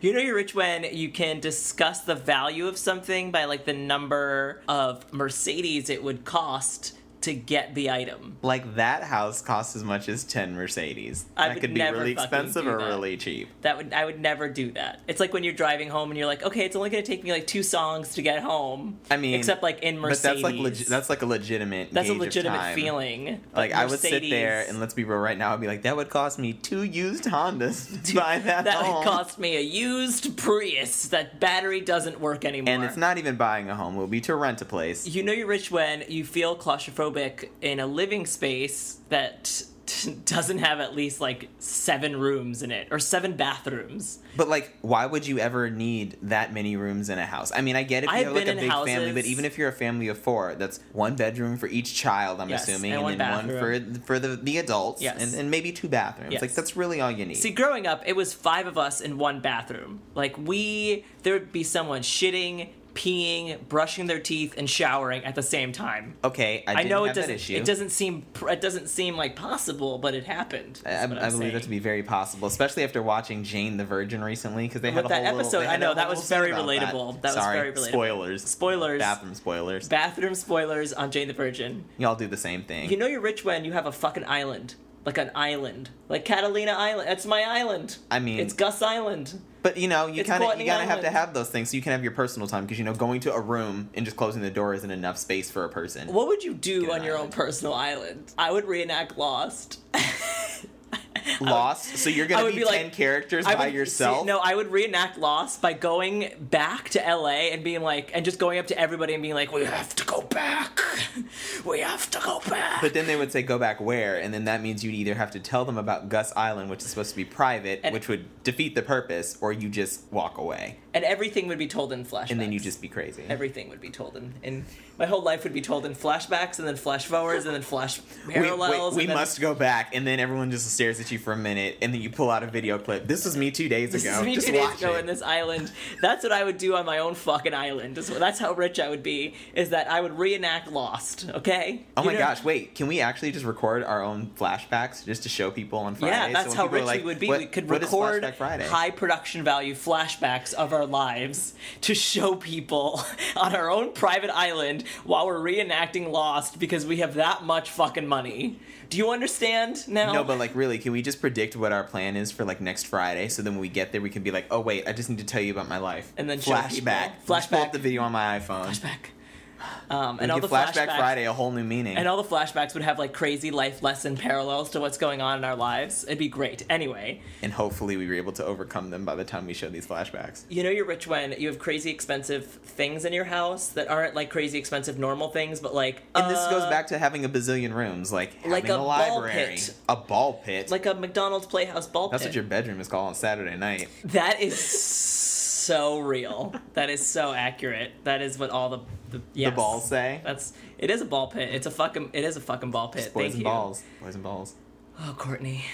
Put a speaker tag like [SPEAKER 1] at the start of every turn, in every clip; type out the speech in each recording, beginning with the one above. [SPEAKER 1] You know you're rich when you can discuss the value of something by like the number of Mercedes it would cost to get the item.
[SPEAKER 2] Like that house costs as much as ten Mercedes.
[SPEAKER 1] I
[SPEAKER 2] that
[SPEAKER 1] would
[SPEAKER 2] could be
[SPEAKER 1] never
[SPEAKER 2] really
[SPEAKER 1] fucking
[SPEAKER 2] expensive
[SPEAKER 1] do
[SPEAKER 2] or
[SPEAKER 1] that.
[SPEAKER 2] really cheap.
[SPEAKER 1] That would I would never do that. It's like when you're driving home and you're like, okay, it's only gonna take me like two songs to get home.
[SPEAKER 2] I mean,
[SPEAKER 1] except like in
[SPEAKER 2] But
[SPEAKER 1] Mercedes.
[SPEAKER 2] that's like legi- that's like a legitimate.
[SPEAKER 1] That's a
[SPEAKER 2] gauge of
[SPEAKER 1] legitimate
[SPEAKER 2] time.
[SPEAKER 1] feeling.
[SPEAKER 2] Like
[SPEAKER 1] But
[SPEAKER 2] I would sit there
[SPEAKER 1] Mercedes-
[SPEAKER 2] and let's be real, right now I'd be like, that would cost me two used Hondas to buy that,
[SPEAKER 1] that
[SPEAKER 2] home.
[SPEAKER 1] would cost me a used Prius. That battery doesn't work anymore.
[SPEAKER 2] and it's not even buying a home; it would be to rent a place.
[SPEAKER 1] You know you're rich when you feel claustrophobic in a living space that t- doesn't have at least like seven rooms in it or seven bathrooms.
[SPEAKER 2] But like, why would you ever need that many rooms in a house? I mean, I get if you
[SPEAKER 1] I've
[SPEAKER 2] have like a
[SPEAKER 1] been in
[SPEAKER 2] big family, but
[SPEAKER 1] houses-
[SPEAKER 2] even if you're a family of four, that's one bedroom for each child. I'm
[SPEAKER 1] Yes,
[SPEAKER 2] assuming,
[SPEAKER 1] and
[SPEAKER 2] and,
[SPEAKER 1] one
[SPEAKER 2] then one for for the, the adults,
[SPEAKER 1] Yes.
[SPEAKER 2] and, and maybe two bathrooms. Like
[SPEAKER 1] Yes.
[SPEAKER 2] that's really all you need.
[SPEAKER 1] See, growing up, it was five of us in one bathroom. Like we, there would be someone shitting, peeing, brushing their teeth, and showering at the same time.
[SPEAKER 2] okay, I,
[SPEAKER 1] I
[SPEAKER 2] didn't
[SPEAKER 1] know it
[SPEAKER 2] have that
[SPEAKER 1] doesn't.
[SPEAKER 2] issue.
[SPEAKER 1] It doesn't seem. pr- It doesn't seem like possible, but it happened.
[SPEAKER 2] I, I- I believe that to be very possible, especially after watching Jane the Virgin recently, because they had
[SPEAKER 1] With
[SPEAKER 2] a
[SPEAKER 1] that
[SPEAKER 2] whole little-
[SPEAKER 1] episode,
[SPEAKER 2] they had
[SPEAKER 1] I know,
[SPEAKER 2] a
[SPEAKER 1] that
[SPEAKER 2] whole
[SPEAKER 1] was
[SPEAKER 2] thing
[SPEAKER 1] very
[SPEAKER 2] about
[SPEAKER 1] relatable. That was
[SPEAKER 2] Sorry,
[SPEAKER 1] very relatable.
[SPEAKER 2] Spoilers,
[SPEAKER 1] Spoilers.
[SPEAKER 2] bathroom spoilers.
[SPEAKER 1] bathroom spoilers on Jane the Virgin.
[SPEAKER 2] Y'all do the same thing.
[SPEAKER 1] You know you're rich when you have a fucking island, like an island, like Catalina Island. That's my island.
[SPEAKER 2] I mean-
[SPEAKER 1] it's Gus Island.
[SPEAKER 2] But you know, you
[SPEAKER 1] It's
[SPEAKER 2] kind of
[SPEAKER 1] Courtney
[SPEAKER 2] you gotta have to
[SPEAKER 1] Island.
[SPEAKER 2] have those things so you can have your personal time because you know going to a room and just closing the door isn't enough space for a person.
[SPEAKER 1] What would you do
[SPEAKER 2] Get an
[SPEAKER 1] on your own
[SPEAKER 2] island.
[SPEAKER 1] personal island? I would reenact Lost.
[SPEAKER 2] Lost, so you're
[SPEAKER 1] I
[SPEAKER 2] gonna
[SPEAKER 1] would
[SPEAKER 2] be,
[SPEAKER 1] be like-
[SPEAKER 2] ten characters
[SPEAKER 1] I
[SPEAKER 2] by
[SPEAKER 1] would-
[SPEAKER 2] yourself.
[SPEAKER 1] see, no, I would reenact Lost by going back to LA and being like, and just going up to everybody and being like, "We have to go back. We have to go back."
[SPEAKER 2] But then they would say go back where, and then that means you'd either have to tell them about Gus Island, which is supposed to be private,
[SPEAKER 1] And-
[SPEAKER 2] which would defeat the purpose, or you just walk away,
[SPEAKER 1] and everything would be told in flashbacks.
[SPEAKER 2] and then you just be crazy.
[SPEAKER 1] everything would be told in, in my whole life would be told in flashbacks and then flash forwards and then flash
[SPEAKER 2] We- we-
[SPEAKER 1] parallels.
[SPEAKER 2] we
[SPEAKER 1] and then-
[SPEAKER 2] must go back, and then everyone just stares at you for a minute, and then you pull out a video clip. This was me two days
[SPEAKER 1] This
[SPEAKER 2] ago.
[SPEAKER 1] is me
[SPEAKER 2] just
[SPEAKER 1] two days
[SPEAKER 2] watch
[SPEAKER 1] ago
[SPEAKER 2] it.
[SPEAKER 1] in this island. That's what I would do on my own fucking island. That's what- That's how rich I would be. Is that I would reenact Lost. Okay.
[SPEAKER 2] Oh
[SPEAKER 1] You
[SPEAKER 2] my
[SPEAKER 1] know-
[SPEAKER 2] gosh, wait, can we actually just record our own flashbacks just to show people on Friday?
[SPEAKER 1] Yeah, that's
[SPEAKER 2] when
[SPEAKER 1] how
[SPEAKER 2] people are
[SPEAKER 1] rich
[SPEAKER 2] like,
[SPEAKER 1] we would be.
[SPEAKER 2] "What-
[SPEAKER 1] we could
[SPEAKER 2] what is
[SPEAKER 1] record
[SPEAKER 2] Flashback Friday?
[SPEAKER 1] high production value flashbacks of our lives to show people on our own private island while we're reenacting Lost because we have that much fucking money. Do you understand now?
[SPEAKER 2] No, but like really, can we just predict what our plan is for like next Friday so then when we get there we can be like, "Oh wait, I just need to tell you about my life."
[SPEAKER 1] And then show
[SPEAKER 2] flashback.
[SPEAKER 1] people.
[SPEAKER 2] Just pull up
[SPEAKER 1] Flashback.
[SPEAKER 2] the video on my iPhone.
[SPEAKER 1] flashback. Um, and
[SPEAKER 2] And
[SPEAKER 1] all
[SPEAKER 2] give
[SPEAKER 1] the
[SPEAKER 2] flashback
[SPEAKER 1] flashbacks,
[SPEAKER 2] Friday a whole new meaning.
[SPEAKER 1] and all the flashbacks would have like crazy life lesson parallels to what's going on in our lives. It'd be great. Anyway,
[SPEAKER 2] and hopefully we were able to overcome them by the time we show these flashbacks.
[SPEAKER 1] you know you're rich when you have crazy expensive things in your house that aren't like crazy expensive normal things, but like
[SPEAKER 2] And this
[SPEAKER 1] uh,
[SPEAKER 2] goes back to having a bazillion rooms, like having
[SPEAKER 1] Like
[SPEAKER 2] a,
[SPEAKER 1] a ball
[SPEAKER 2] library,
[SPEAKER 1] pit.
[SPEAKER 2] a ball pit.
[SPEAKER 1] like a McDonald's Playhouse ball
[SPEAKER 2] that's
[SPEAKER 1] pit.
[SPEAKER 2] what your bedroom is called on Saturday night.
[SPEAKER 1] That is so real. That is so accurate. That is what all the the, yes.
[SPEAKER 2] The balls say.
[SPEAKER 1] That's it is a ball pit. It's a fucking it is a fucking ball pit.
[SPEAKER 2] Boys
[SPEAKER 1] Thank
[SPEAKER 2] and
[SPEAKER 1] you.
[SPEAKER 2] balls. Boys and balls.
[SPEAKER 1] Oh, Courtney,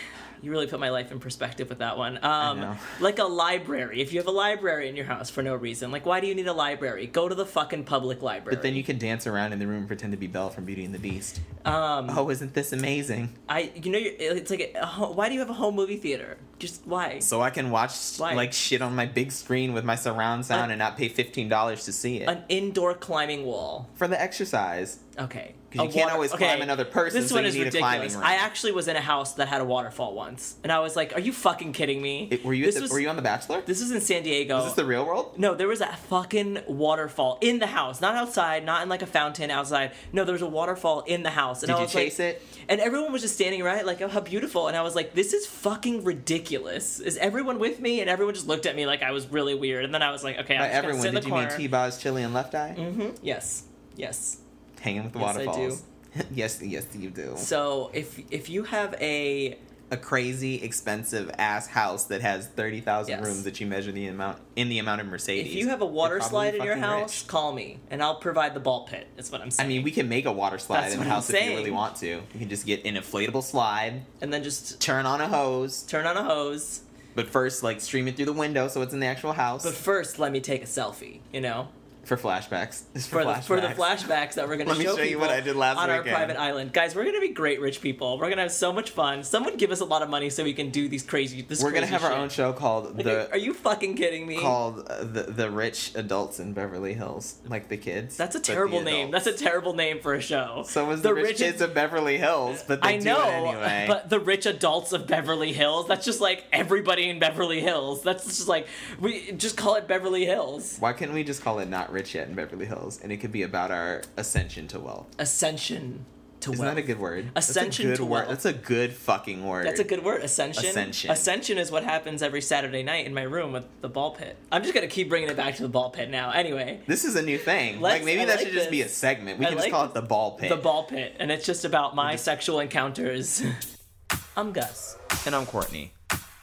[SPEAKER 1] you really put my life in perspective with that one.
[SPEAKER 2] know.
[SPEAKER 1] Um, like a library. If you have a library in your house for no reason, like why do you need a library? Go to the fucking public library.
[SPEAKER 2] But then you can dance around in the room and pretend to be Belle from Beauty and the Beast.
[SPEAKER 1] um,
[SPEAKER 2] Oh, isn't this amazing?
[SPEAKER 1] I, you know, you're, it's like, a, ho- why do you have a home movie theater? Just why?
[SPEAKER 2] So I can watch
[SPEAKER 1] Why?
[SPEAKER 2] like shit on my big screen with my surround sound
[SPEAKER 1] An-
[SPEAKER 2] and not pay fifteen dollars to see it
[SPEAKER 1] An indoor climbing wall.
[SPEAKER 2] for the exercise.
[SPEAKER 1] Okay.
[SPEAKER 2] 'Cause you
[SPEAKER 1] A
[SPEAKER 2] can't always climb another person,
[SPEAKER 1] This
[SPEAKER 2] so
[SPEAKER 1] one
[SPEAKER 2] you
[SPEAKER 1] is
[SPEAKER 2] need a
[SPEAKER 1] ridiculous.
[SPEAKER 2] climbing room.
[SPEAKER 1] I actually was in a house that had a waterfall once, and I was like, "Are you fucking kidding me?"
[SPEAKER 2] It- were you at
[SPEAKER 1] This
[SPEAKER 2] the,
[SPEAKER 1] was,
[SPEAKER 2] were you on the Bachelor?
[SPEAKER 1] This was in San Diego.
[SPEAKER 2] Is this the real world?
[SPEAKER 1] No, there was a fucking waterfall in the house, not outside, not in like a fountain outside. No, there was a waterfall in the house. And
[SPEAKER 2] Did
[SPEAKER 1] I
[SPEAKER 2] you
[SPEAKER 1] was like-
[SPEAKER 2] chase it?
[SPEAKER 1] And everyone was just standing around, it, like, oh, how beautiful. And I was like, this is fucking ridiculous. Is everyone with me? And everyone just looked at me like I was really weird. And then I was like, okay, I'm
[SPEAKER 2] By
[SPEAKER 1] just gonna sit
[SPEAKER 2] everyone,
[SPEAKER 1] in the
[SPEAKER 2] did you mean
[SPEAKER 1] corner.
[SPEAKER 2] T-Boz, Chili, and Left Eye?
[SPEAKER 1] Mhm. Yes, yes.
[SPEAKER 2] Hanging with the
[SPEAKER 1] Yes, I do.
[SPEAKER 2] waterfalls. yes, yes, you do.
[SPEAKER 1] So if if you have a
[SPEAKER 2] a crazy, expensive ass house that has thirty thousand
[SPEAKER 1] Yes.
[SPEAKER 2] rooms that you measure the amount in the amount of Mercedes.
[SPEAKER 1] if you have a
[SPEAKER 2] you're
[SPEAKER 1] water
[SPEAKER 2] probably
[SPEAKER 1] slide in your
[SPEAKER 2] fucking rich.
[SPEAKER 1] house, call me and I'll provide the ball pit. That's what I'm
[SPEAKER 2] I
[SPEAKER 1] saying.
[SPEAKER 2] mean, we can make a water slide
[SPEAKER 1] That's
[SPEAKER 2] in the
[SPEAKER 1] what I'm
[SPEAKER 2] house if you really
[SPEAKER 1] saying.
[SPEAKER 2] want to. You can just get an inflatable slide,
[SPEAKER 1] and then just
[SPEAKER 2] turn on a hose,
[SPEAKER 1] turn on a hose.
[SPEAKER 2] But first, like stream it through the window so it's in the actual house.
[SPEAKER 1] But first, let me take a selfie. You know.
[SPEAKER 2] for flashbacks. It's
[SPEAKER 1] for, the,
[SPEAKER 2] flashbacks.
[SPEAKER 1] for the flashbacks that we're going to
[SPEAKER 2] Let me
[SPEAKER 1] show,
[SPEAKER 2] show you
[SPEAKER 1] people
[SPEAKER 2] what I did last
[SPEAKER 1] on our
[SPEAKER 2] weekend.
[SPEAKER 1] private island. Guys, we're going to be great rich people. We're going to have so much fun. Someone give us a lot of money so we can do these crazy. This
[SPEAKER 2] We're gonna
[SPEAKER 1] crazy
[SPEAKER 2] have our
[SPEAKER 1] shit.
[SPEAKER 2] own show called
[SPEAKER 1] Like,
[SPEAKER 2] the
[SPEAKER 1] are you fucking kidding me?
[SPEAKER 2] called uh, the the rich adults in Beverly Hills, like the kids.
[SPEAKER 1] That's a
[SPEAKER 2] but the
[SPEAKER 1] terrible name.
[SPEAKER 2] adults.
[SPEAKER 1] That's a terrible name for a show.
[SPEAKER 2] so was the, rich, kids of Beverly Hills, but they
[SPEAKER 1] I know,
[SPEAKER 2] do it anyway.
[SPEAKER 1] but the rich adults of Beverly Hills. That's just like everybody in Beverly Hills. That's just like we just call it Beverly Hills.
[SPEAKER 2] Why couldn't we just call it "Not Rich Yet" in Beverly Hills, and it could be about our ascension to wealth?
[SPEAKER 1] Ascension to
[SPEAKER 2] Isn't
[SPEAKER 1] wealth.
[SPEAKER 2] that a good word?
[SPEAKER 1] Ascension
[SPEAKER 2] That's a good
[SPEAKER 1] to
[SPEAKER 2] word.
[SPEAKER 1] wealth.
[SPEAKER 2] That's a good fucking word.
[SPEAKER 1] That's a good word. Ascension.
[SPEAKER 2] Ascension.
[SPEAKER 1] Ascension is what happens every Saturday night in my room with the ball pit. I'm just gonna keep bringing it back to the ball pit now. Anyway,
[SPEAKER 2] This is a new thing.
[SPEAKER 1] Let's-
[SPEAKER 2] like maybe
[SPEAKER 1] I
[SPEAKER 2] that
[SPEAKER 1] like
[SPEAKER 2] should just be a
[SPEAKER 1] this.
[SPEAKER 2] segment. We
[SPEAKER 1] I
[SPEAKER 2] can just
[SPEAKER 1] like
[SPEAKER 2] call
[SPEAKER 1] this.
[SPEAKER 2] it the ball pit.
[SPEAKER 1] the ball pit, and it's just about my sexual encounters. I'm Gus.
[SPEAKER 2] and I'm Courtney,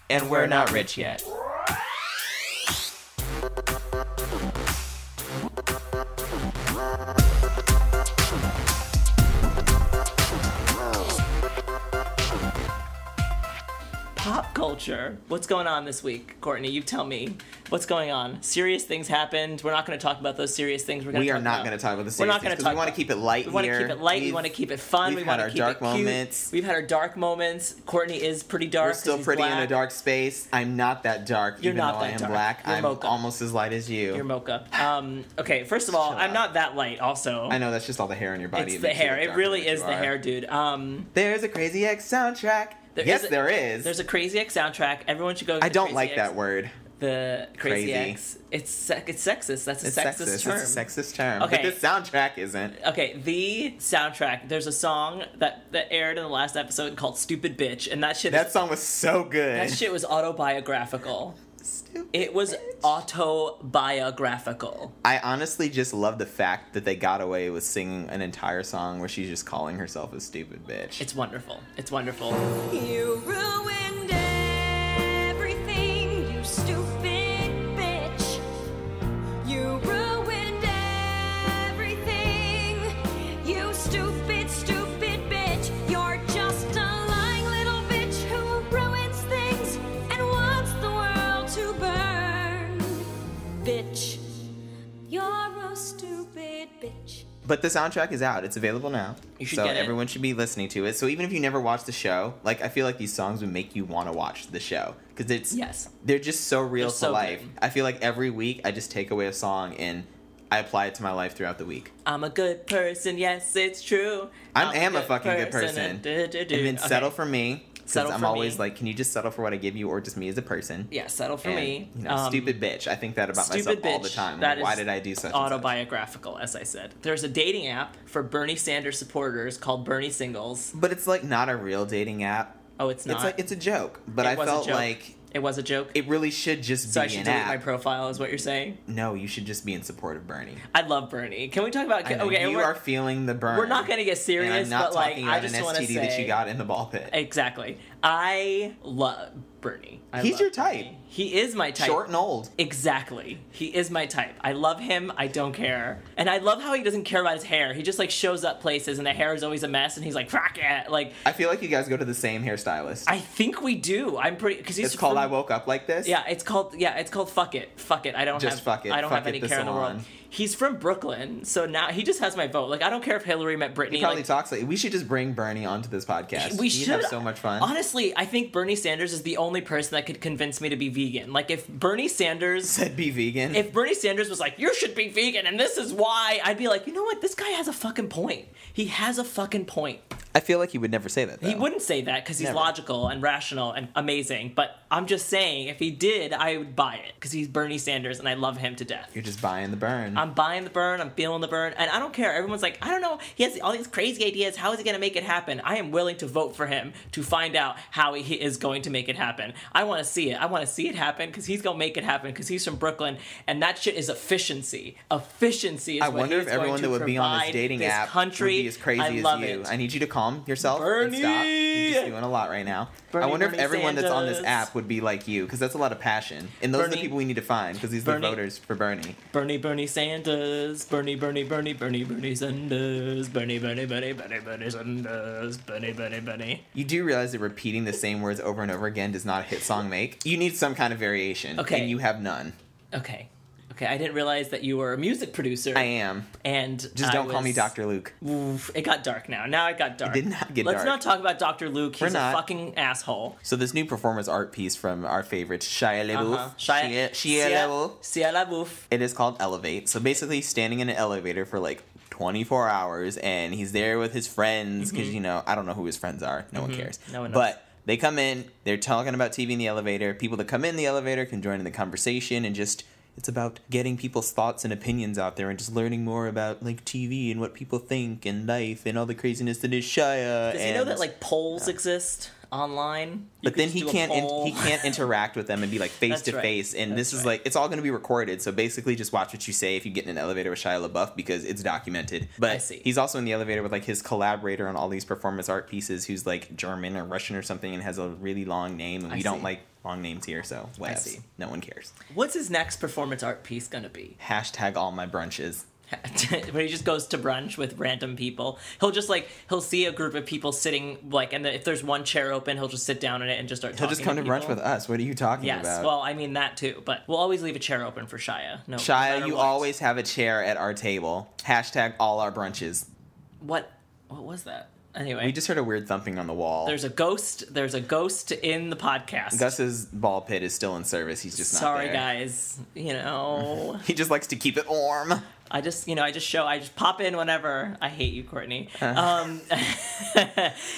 [SPEAKER 2] and
[SPEAKER 1] We're not rich yet. Pop culture. What's going on this week, Courtney? You tell me. What's going on? Serious things happened. We're not going to talk about those serious things. We're gonna
[SPEAKER 2] We are
[SPEAKER 1] talk
[SPEAKER 2] not
[SPEAKER 1] about-
[SPEAKER 2] going to talk about the
[SPEAKER 1] We're
[SPEAKER 2] serious
[SPEAKER 1] not
[SPEAKER 2] things
[SPEAKER 1] gonna
[SPEAKER 2] 'cause
[SPEAKER 1] talk
[SPEAKER 2] we want
[SPEAKER 1] about-
[SPEAKER 2] to keep it light.
[SPEAKER 1] We want to
[SPEAKER 2] here.
[SPEAKER 1] keep it light. We
[SPEAKER 2] We've-
[SPEAKER 1] want to keep it fun.
[SPEAKER 2] we've
[SPEAKER 1] we
[SPEAKER 2] had
[SPEAKER 1] want to
[SPEAKER 2] our
[SPEAKER 1] keep
[SPEAKER 2] dark
[SPEAKER 1] it cute.
[SPEAKER 2] moments.
[SPEAKER 1] We've had our dark moments. Courtney is pretty dark.
[SPEAKER 2] We're
[SPEAKER 1] 'cause
[SPEAKER 2] still
[SPEAKER 1] he's
[SPEAKER 2] pretty in
[SPEAKER 1] black.
[SPEAKER 2] a dark space. I'm not that dark.
[SPEAKER 1] You're
[SPEAKER 2] even
[SPEAKER 1] not
[SPEAKER 2] though
[SPEAKER 1] that
[SPEAKER 2] I am
[SPEAKER 1] dark.
[SPEAKER 2] black.
[SPEAKER 1] You're
[SPEAKER 2] I'm
[SPEAKER 1] mocha.
[SPEAKER 2] almost as light as you.
[SPEAKER 1] Your mocha. Um, okay, first of all,
[SPEAKER 2] Shut
[SPEAKER 1] I'm
[SPEAKER 2] up.
[SPEAKER 1] not that light. Also,
[SPEAKER 2] I know that's just all the hair on your body.
[SPEAKER 1] it's
[SPEAKER 2] It
[SPEAKER 1] the
[SPEAKER 2] makes you
[SPEAKER 1] hair.
[SPEAKER 2] look
[SPEAKER 1] It
[SPEAKER 2] darker
[SPEAKER 1] really
[SPEAKER 2] than
[SPEAKER 1] is
[SPEAKER 2] you
[SPEAKER 1] the
[SPEAKER 2] are.
[SPEAKER 1] hair, dude. Um,
[SPEAKER 2] There's a Crazy X soundtrack.
[SPEAKER 1] There
[SPEAKER 2] yes,
[SPEAKER 1] is a-
[SPEAKER 2] there is.
[SPEAKER 1] there's a Crazy X soundtrack. Everyone should go.
[SPEAKER 2] I don't
[SPEAKER 1] Crazy
[SPEAKER 2] like
[SPEAKER 1] X.
[SPEAKER 2] that word.
[SPEAKER 1] The Crazy,
[SPEAKER 2] Crazy.
[SPEAKER 1] X. It's se- it's sexist. That's a
[SPEAKER 2] It's
[SPEAKER 1] sexist,
[SPEAKER 2] sexist.
[SPEAKER 1] term.
[SPEAKER 2] It's a sexist term.
[SPEAKER 1] Okay.
[SPEAKER 2] But this soundtrack isn't.
[SPEAKER 1] Okay, the soundtrack. There's a song that that aired in the last episode called "Stupid Bitch," and that shit. is-
[SPEAKER 2] That song was so good.
[SPEAKER 1] that shit was autobiographical.
[SPEAKER 2] Stupid
[SPEAKER 1] It was
[SPEAKER 2] bitch.
[SPEAKER 1] autobiographical.
[SPEAKER 2] I honestly just love the fact that they got away with singing an entire song where she's just calling herself a stupid bitch.
[SPEAKER 1] It's wonderful. It's wonderful.
[SPEAKER 3] You ruined everything, you stupid bitch. You ruined everything, you stupid, stupid bitch. You're just a lying little bitch who ruins things and wants the world to burn. Bitch, you're a stupid bitch.
[SPEAKER 2] But the soundtrack is out. It's available now.
[SPEAKER 1] You should
[SPEAKER 2] so
[SPEAKER 1] get it.
[SPEAKER 2] everyone should be listening to it. So even if you never watched the show, like I feel like these songs would make you want to watch the show because it's
[SPEAKER 1] Yes.
[SPEAKER 2] they're just so real
[SPEAKER 1] They're
[SPEAKER 2] to
[SPEAKER 1] so
[SPEAKER 2] life.
[SPEAKER 1] good.
[SPEAKER 2] I feel like every week I just take away a song and I apply it to my life throughout the week.
[SPEAKER 1] I'm a good person. Yes, it's true.
[SPEAKER 2] I am a fucking good person.
[SPEAKER 1] du-du-du.
[SPEAKER 2] And then
[SPEAKER 1] Okay.
[SPEAKER 2] settle for me because
[SPEAKER 1] Settle
[SPEAKER 2] I'm
[SPEAKER 1] for
[SPEAKER 2] always
[SPEAKER 1] me.
[SPEAKER 2] like, can you just settle for what I give you or just me as a person?
[SPEAKER 1] Yeah, settle for
[SPEAKER 2] And,
[SPEAKER 1] me. Um,
[SPEAKER 2] You know, stupid bitch. I think that about myself all the time.
[SPEAKER 1] That
[SPEAKER 2] Like, Why
[SPEAKER 1] is
[SPEAKER 2] did I do such? and such?
[SPEAKER 1] Autobiographical, as I said. There's a dating app for Bernie Sanders supporters called Bernie Singles.
[SPEAKER 2] But it's like not a real dating app.
[SPEAKER 1] Oh, it's not.
[SPEAKER 2] It's like it's a joke. But
[SPEAKER 1] It
[SPEAKER 2] I
[SPEAKER 1] was a
[SPEAKER 2] felt
[SPEAKER 1] joke.
[SPEAKER 2] like
[SPEAKER 1] it was a joke.
[SPEAKER 2] it really should just
[SPEAKER 1] so
[SPEAKER 2] be
[SPEAKER 1] I should
[SPEAKER 2] an
[SPEAKER 1] delete
[SPEAKER 2] app.
[SPEAKER 1] my profile, is what you're saying.
[SPEAKER 2] no, you should just be in support of Bernie.
[SPEAKER 1] I love Bernie. Can we talk about?
[SPEAKER 2] I know,
[SPEAKER 1] okay,
[SPEAKER 2] you
[SPEAKER 1] we're,
[SPEAKER 2] are feeling the burn.
[SPEAKER 1] we're not going to get serious,
[SPEAKER 2] and I'm not
[SPEAKER 1] but like
[SPEAKER 2] talking
[SPEAKER 1] I
[SPEAKER 2] about
[SPEAKER 1] just
[SPEAKER 2] an
[SPEAKER 1] want to
[SPEAKER 2] STD
[SPEAKER 1] say
[SPEAKER 2] that you got in the ball pit.
[SPEAKER 1] exactly. I love Bernie. I
[SPEAKER 2] He's
[SPEAKER 1] love
[SPEAKER 2] your type.
[SPEAKER 1] Bernie. He is my type.
[SPEAKER 2] Short and old.
[SPEAKER 1] Exactly. He is my type. I love him. I don't care. And I love how he doesn't care about his hair. He just like shows up places and the hair is always a mess and he's like, fuck it. Like,
[SPEAKER 2] I feel like you guys go to the same hairstylist.
[SPEAKER 1] I think we do. I'm pretty, because he's
[SPEAKER 2] it's called
[SPEAKER 1] from-
[SPEAKER 2] "I Woke Up Like This."
[SPEAKER 1] Yeah, it's called, yeah, it's called Fuck It. Fuck It. I don't
[SPEAKER 2] Just
[SPEAKER 1] have,
[SPEAKER 2] fuck it.
[SPEAKER 1] I don't
[SPEAKER 2] Fuck
[SPEAKER 1] have
[SPEAKER 2] it,
[SPEAKER 1] any
[SPEAKER 2] the
[SPEAKER 1] care in the world.
[SPEAKER 2] salon.
[SPEAKER 1] He's from Brooklyn. So now he just has my vote. Like, I don't care if Hillary met Britney.
[SPEAKER 2] He probably
[SPEAKER 1] like,
[SPEAKER 2] talks like we should just bring Bernie onto this podcast.
[SPEAKER 1] we
[SPEAKER 2] He'd
[SPEAKER 1] should
[SPEAKER 2] have so much fun.
[SPEAKER 1] Honestly, I think Bernie Sanders is the only person that could convince me to be vegan. Like, if Bernie Sanders
[SPEAKER 2] Said be vegan.
[SPEAKER 1] if Bernie Sanders was like, you should be vegan and this is why, I'd be like, you know what? This guy has a fucking point. He has a fucking point.
[SPEAKER 2] I feel like he would never say that. Though.
[SPEAKER 1] He wouldn't say that because he's
[SPEAKER 2] Never.
[SPEAKER 1] logical and rational and amazing. But I'm just saying, if he did, I would buy it because he's Bernie Sanders and I love him to death.
[SPEAKER 2] You're just buying the burn.
[SPEAKER 1] I'm buying the burn. I'm feeling the burn, and I don't care. Everyone's like, I don't know. He has all these crazy ideas. How is he going to make it happen? I am willing to vote for him to find out how he is going to make it happen. I want to see it. I want to see it happen because he's going to make it happen because he's from Brooklyn, and that shit is efficiency. Efficiency. Is
[SPEAKER 2] I
[SPEAKER 1] what
[SPEAKER 2] wonder
[SPEAKER 1] he's
[SPEAKER 2] if
[SPEAKER 1] going
[SPEAKER 2] everyone
[SPEAKER 1] to
[SPEAKER 2] that would be on this
[SPEAKER 1] provide
[SPEAKER 2] dating
[SPEAKER 1] this
[SPEAKER 2] app
[SPEAKER 1] country
[SPEAKER 2] would be as crazy
[SPEAKER 1] I
[SPEAKER 2] as
[SPEAKER 1] love
[SPEAKER 2] you.
[SPEAKER 1] It.
[SPEAKER 2] I need you to calm yourself and stop.
[SPEAKER 1] Bernie!
[SPEAKER 2] You're just doing a lot right now. I
[SPEAKER 1] Bernie,
[SPEAKER 2] wonder if
[SPEAKER 1] Bernie
[SPEAKER 2] everyone that's on this
[SPEAKER 1] Sanders.
[SPEAKER 2] app would be like you, because that's a lot of passion. And those are
[SPEAKER 1] Bernie.
[SPEAKER 2] the people we need to find, because these are
[SPEAKER 1] Bernie.
[SPEAKER 2] the voters for Bernie.
[SPEAKER 1] Bernie, Bernie Sanders, Bernie, Bernie, Bernie, Bernie, Bernie Sanders, Bernie, Bernie, Bernie, Bernie, Bernie Sanders, Bernie, Bernie, Bernie.
[SPEAKER 2] You do realize that repeating the same words over and over again does not a hit song make. You need some kind of variation,
[SPEAKER 1] Okay.
[SPEAKER 2] and you have none.
[SPEAKER 1] Okay. Okay, I didn't realize that you were a music producer.
[SPEAKER 2] I am.
[SPEAKER 1] And
[SPEAKER 2] Just
[SPEAKER 1] I
[SPEAKER 2] don't call me
[SPEAKER 1] was-
[SPEAKER 2] Dr. Luke.
[SPEAKER 1] Oof, it got dark now. Now it got dark.
[SPEAKER 2] did not get
[SPEAKER 1] Let's
[SPEAKER 2] dark.
[SPEAKER 1] not talk about Dr. Luke.
[SPEAKER 2] We're
[SPEAKER 1] He's a
[SPEAKER 2] not.
[SPEAKER 1] fucking asshole.
[SPEAKER 2] So this new performance art piece from our favorite Shia LaBeouf,
[SPEAKER 1] Uh-huh.
[SPEAKER 2] Shia, Shia LaBeouf,
[SPEAKER 1] Shia LaBeouf.
[SPEAKER 2] It is called Elevate. So basically, standing in an elevator for like 24 hours, and he's there with his friends because you know I don't know who his friends are. No one cares.
[SPEAKER 1] Mm-hmm. No one knows.
[SPEAKER 2] But they come in. They're talking about TV in the elevator. People that come in the elevator can join in the conversation and just. It's about getting people's thoughts and opinions out there and just learning more about like TV and what people think and life and all the craziness that is Shia.
[SPEAKER 1] Does he know
[SPEAKER 2] and-
[SPEAKER 1] that like polls exist online? You
[SPEAKER 2] but
[SPEAKER 1] could
[SPEAKER 2] then
[SPEAKER 1] just
[SPEAKER 2] he
[SPEAKER 1] do a
[SPEAKER 2] can't
[SPEAKER 1] poll.
[SPEAKER 2] in, he can't interact with them and be like face
[SPEAKER 1] That's
[SPEAKER 2] to
[SPEAKER 1] right.
[SPEAKER 2] face and
[SPEAKER 1] That's
[SPEAKER 2] this is
[SPEAKER 1] right.
[SPEAKER 2] like it's all going to be recorded so basically just watch what you say if you get in an elevator with Shia LaBeouf because it's documented but
[SPEAKER 1] I see.
[SPEAKER 2] he's also in the elevator with like his collaborator on all these performance art pieces who's like German or Russian or something and has a really long name and
[SPEAKER 1] I
[SPEAKER 2] we don't
[SPEAKER 1] see.
[SPEAKER 2] like long names here so whatevs.
[SPEAKER 1] see.
[SPEAKER 2] no one cares
[SPEAKER 1] What's his next performance art piece gonna be?
[SPEAKER 2] hashtag all my brunches
[SPEAKER 1] Where he just goes to brunch with random people. He'll just like he'll see a group of people sitting like, and if there's one chair open, he'll just sit down in it and just start.
[SPEAKER 2] he'll just come
[SPEAKER 1] talking
[SPEAKER 2] to brunch
[SPEAKER 1] people.
[SPEAKER 2] with us what are you talking
[SPEAKER 1] Yes,
[SPEAKER 2] about
[SPEAKER 1] well, I mean that too, but we'll always leave a chair open for Shia. No, no
[SPEAKER 2] Shia
[SPEAKER 1] matter
[SPEAKER 2] you
[SPEAKER 1] what.
[SPEAKER 2] always have a chair at our table hashtag all our brunches
[SPEAKER 1] what? What was that? Anyway,
[SPEAKER 2] we just heard a weird thumping on the wall
[SPEAKER 1] there's a ghost. There's a ghost in the podcast.
[SPEAKER 2] Gus's ball pit is still in service. He's just not
[SPEAKER 1] Sorry,
[SPEAKER 2] there.
[SPEAKER 1] guys. You know,
[SPEAKER 2] He just likes to keep it warm.
[SPEAKER 1] I just you know I just show I just pop in whenever. I hate you, Courtney.
[SPEAKER 2] Uh.
[SPEAKER 1] Um,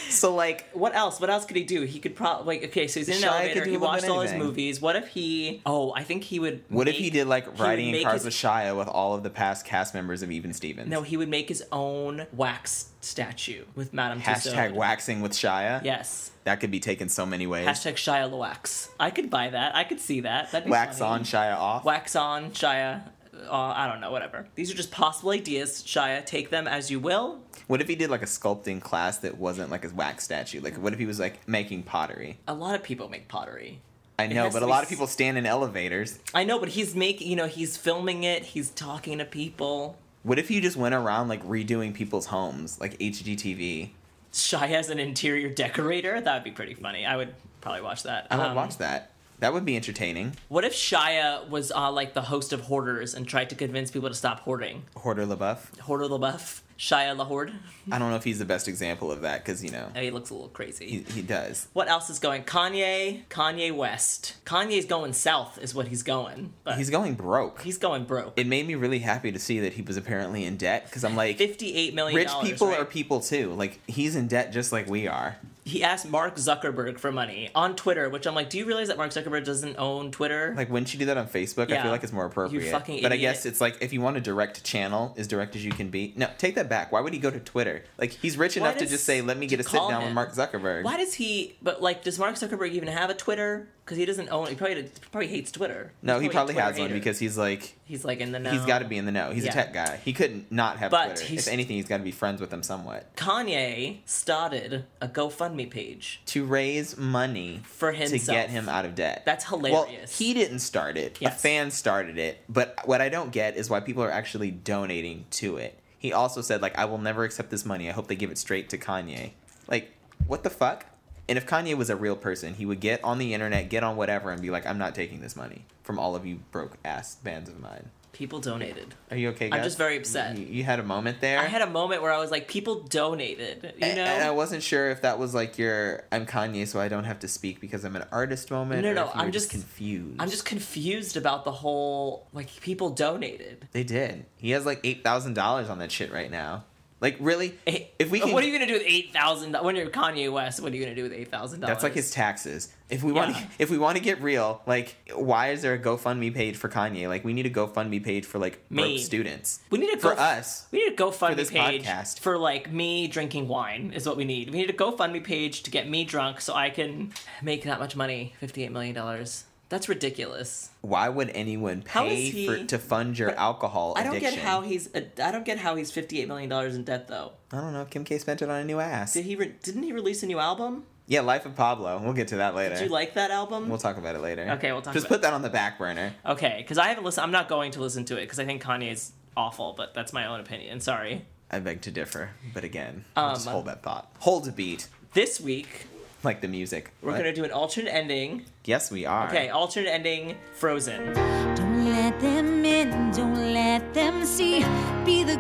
[SPEAKER 2] So like,
[SPEAKER 1] what else? What else could he do? He could probably like okay. So he's in an
[SPEAKER 2] Shia could
[SPEAKER 1] elevator.
[SPEAKER 2] do a
[SPEAKER 1] He
[SPEAKER 2] little
[SPEAKER 1] watched
[SPEAKER 2] bit
[SPEAKER 1] all his
[SPEAKER 2] anything.
[SPEAKER 1] movies. What if he? Oh, I think he would.
[SPEAKER 2] what if he
[SPEAKER 1] make-
[SPEAKER 2] did
[SPEAKER 1] would
[SPEAKER 2] like riding in
[SPEAKER 1] make
[SPEAKER 2] cars
[SPEAKER 1] his-
[SPEAKER 2] with Shia with all of the past cast members of Even Stevens?
[SPEAKER 1] No, he would make his own wax statue with Madame Tussauds.
[SPEAKER 2] Hashtag waxing with Shia.
[SPEAKER 1] Yes.
[SPEAKER 2] That could be taken so many ways.
[SPEAKER 1] Hashtag Shia LaWax. I could buy that. I could see that. That'd be
[SPEAKER 2] Wax
[SPEAKER 1] funny.
[SPEAKER 2] on, Shia off.
[SPEAKER 1] Wax on, Shia. Uh, I don't know, whatever. These are just possible ideas, Shia. Take them as you will.
[SPEAKER 2] What if he did like a sculpting class that wasn't like a wax statue? Like, what if he was like making pottery?
[SPEAKER 1] A lot of people make pottery.
[SPEAKER 2] I know,
[SPEAKER 1] has
[SPEAKER 2] but
[SPEAKER 1] to
[SPEAKER 2] a
[SPEAKER 1] be
[SPEAKER 2] lot of
[SPEAKER 1] s-
[SPEAKER 2] people stand in elevators.
[SPEAKER 1] I know, but he's making, you know, he's filming it, he's talking to people.
[SPEAKER 2] What if he just went around like redoing people's homes, like HGTV?
[SPEAKER 1] Shia as an interior decorator? That would be pretty funny. I would probably watch that.
[SPEAKER 2] I would
[SPEAKER 1] Um,
[SPEAKER 2] watch that. That would be entertaining.
[SPEAKER 1] What if Shia was uh, like the host of Hoarders and tried to convince people to stop hoarding?
[SPEAKER 2] Hoarder LaBeouf.
[SPEAKER 1] Hoarder LaBeouf? Shia LaHorde?
[SPEAKER 2] I don't know if he's the best example of that because you know
[SPEAKER 1] Oh, he looks a little crazy.
[SPEAKER 2] he, he does.
[SPEAKER 1] What else is going? Kanye, Kanye West. Kanye's going south, is what he's going. But
[SPEAKER 2] He's
[SPEAKER 1] he's,
[SPEAKER 2] going broke.
[SPEAKER 1] going broke.
[SPEAKER 2] it made me really happy to see that he was apparently in debt because I'm like,
[SPEAKER 1] Fifty-eight million.
[SPEAKER 2] rich
[SPEAKER 1] dollars,
[SPEAKER 2] people
[SPEAKER 1] right?
[SPEAKER 2] are people too. Like he's in debt just like we are.
[SPEAKER 1] He asked Mark Zuckerberg for money on Twitter, which I'm like, do you realize that Mark Zuckerberg doesn't own Twitter?
[SPEAKER 2] Like wouldn't you do that on Facebook? I
[SPEAKER 1] Yeah.
[SPEAKER 2] feel like it's more appropriate.
[SPEAKER 1] fucking
[SPEAKER 2] but I
[SPEAKER 1] idiot.
[SPEAKER 2] guess it's like if you want a direct channel, as direct as you can be. No, take that back. Why would he go to Twitter? Like he's rich
[SPEAKER 1] Why
[SPEAKER 2] enough to
[SPEAKER 1] does-
[SPEAKER 2] just say, "Let me get
[SPEAKER 1] to
[SPEAKER 2] a sit
[SPEAKER 1] call
[SPEAKER 2] down with
[SPEAKER 1] him?
[SPEAKER 2] Mark Zuckerberg."
[SPEAKER 1] Why does he? But like, does Mark Zuckerberg even have a Twitter? Because he doesn't own. He probably probably hates Twitter.
[SPEAKER 2] no,
[SPEAKER 1] He's
[SPEAKER 2] he probably
[SPEAKER 1] a Twitter
[SPEAKER 2] has one
[SPEAKER 1] hater.
[SPEAKER 2] because he's like.
[SPEAKER 1] he's like in the know.
[SPEAKER 2] He's got to be in the know. He's
[SPEAKER 1] Yeah.
[SPEAKER 2] a tech guy. He couldn't not have
[SPEAKER 1] But
[SPEAKER 2] Twitter.
[SPEAKER 1] he's-
[SPEAKER 2] If anything, he's got to be friends with them somewhat
[SPEAKER 1] Kanye started a GoFundMe page
[SPEAKER 2] to raise money
[SPEAKER 1] for
[SPEAKER 2] to
[SPEAKER 1] himself
[SPEAKER 2] get him out of debt.
[SPEAKER 1] That's
[SPEAKER 2] Well,
[SPEAKER 1] hilarious.
[SPEAKER 2] he didn't start it.
[SPEAKER 1] Yes.
[SPEAKER 2] A fan started it. But what I don't get is why people are actually donating to it. He also said, like, I will never accept this money. I hope they give it straight to Kanye. Like, what the fuck? And if Kanye was a real person, he would get on the internet, get on whatever, and be like, I'm not taking this money from all of you broke ass fans of mine.
[SPEAKER 1] People donated.
[SPEAKER 2] Are you okay, guys?
[SPEAKER 1] I'm just very upset.
[SPEAKER 2] You, you had a moment there.
[SPEAKER 1] I had a moment where I was like, people donated. You know.
[SPEAKER 2] And I wasn't sure if that was like your I'm Kanye, so I don't have to speak because I'm an artist moment.
[SPEAKER 1] No,
[SPEAKER 2] or
[SPEAKER 1] no,
[SPEAKER 2] if you were
[SPEAKER 1] I'm
[SPEAKER 2] just
[SPEAKER 1] just-
[SPEAKER 2] confused.
[SPEAKER 1] I'm just confused about the whole like people donated.
[SPEAKER 2] They did. He has like eight thousand dollars on that shit right now. Like really, if we can,
[SPEAKER 1] what are you gonna do with eight thousand? When you're Kanye West, what are you gonna do with eight thousand dollars?
[SPEAKER 2] that's like his taxes. If we want,
[SPEAKER 1] Yeah.
[SPEAKER 2] to, if we want to get real, like why is there a GoFundMe page for Kanye? Like we need a GoFundMe page for like
[SPEAKER 1] Me.
[SPEAKER 2] broke students.
[SPEAKER 1] We need to
[SPEAKER 2] for us.
[SPEAKER 1] We need a GoFundMe
[SPEAKER 2] this
[SPEAKER 1] page
[SPEAKER 2] podcast.
[SPEAKER 1] for like me drinking wine is what we need. We need a GoFundMe page to get me drunk so I can make that much money, fifty-eight million dollars. That's ridiculous.
[SPEAKER 2] Why would anyone
[SPEAKER 1] How is
[SPEAKER 2] pay for
[SPEAKER 1] he-
[SPEAKER 2] to fund your alcohol
[SPEAKER 1] I don't
[SPEAKER 2] addiction?
[SPEAKER 1] get how he's. I don't get how he's fifty-eight million dollars in debt though.
[SPEAKER 2] I don't know. Kim K spent it on a new ass.
[SPEAKER 1] Did he? Re- didn't he release a new album?
[SPEAKER 2] yeah, Life of Pablo. We'll get to that later.
[SPEAKER 1] Did you like that album?
[SPEAKER 2] Eh. we'll talk about it later.
[SPEAKER 1] Okay, we'll talk
[SPEAKER 2] Just
[SPEAKER 1] about
[SPEAKER 2] put that on the back burner.
[SPEAKER 1] Okay, because I haven't listened. I'm not going to listen to it because I think Kanye's awful, but that's my own opinion. Sorry.
[SPEAKER 2] I beg to differ, but again,
[SPEAKER 1] Um,
[SPEAKER 2] just hold that thought. Hold a beat,
[SPEAKER 1] This week
[SPEAKER 2] like the music.
[SPEAKER 1] we're
[SPEAKER 2] What?
[SPEAKER 1] gonna do an alternate ending.
[SPEAKER 2] Yes, we are.
[SPEAKER 1] Okay, alternate ending. Frozen.
[SPEAKER 3] Don't let them in.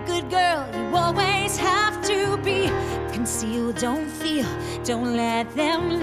[SPEAKER 3] good girl, you always have to be. Conceal, don't feel, don't let them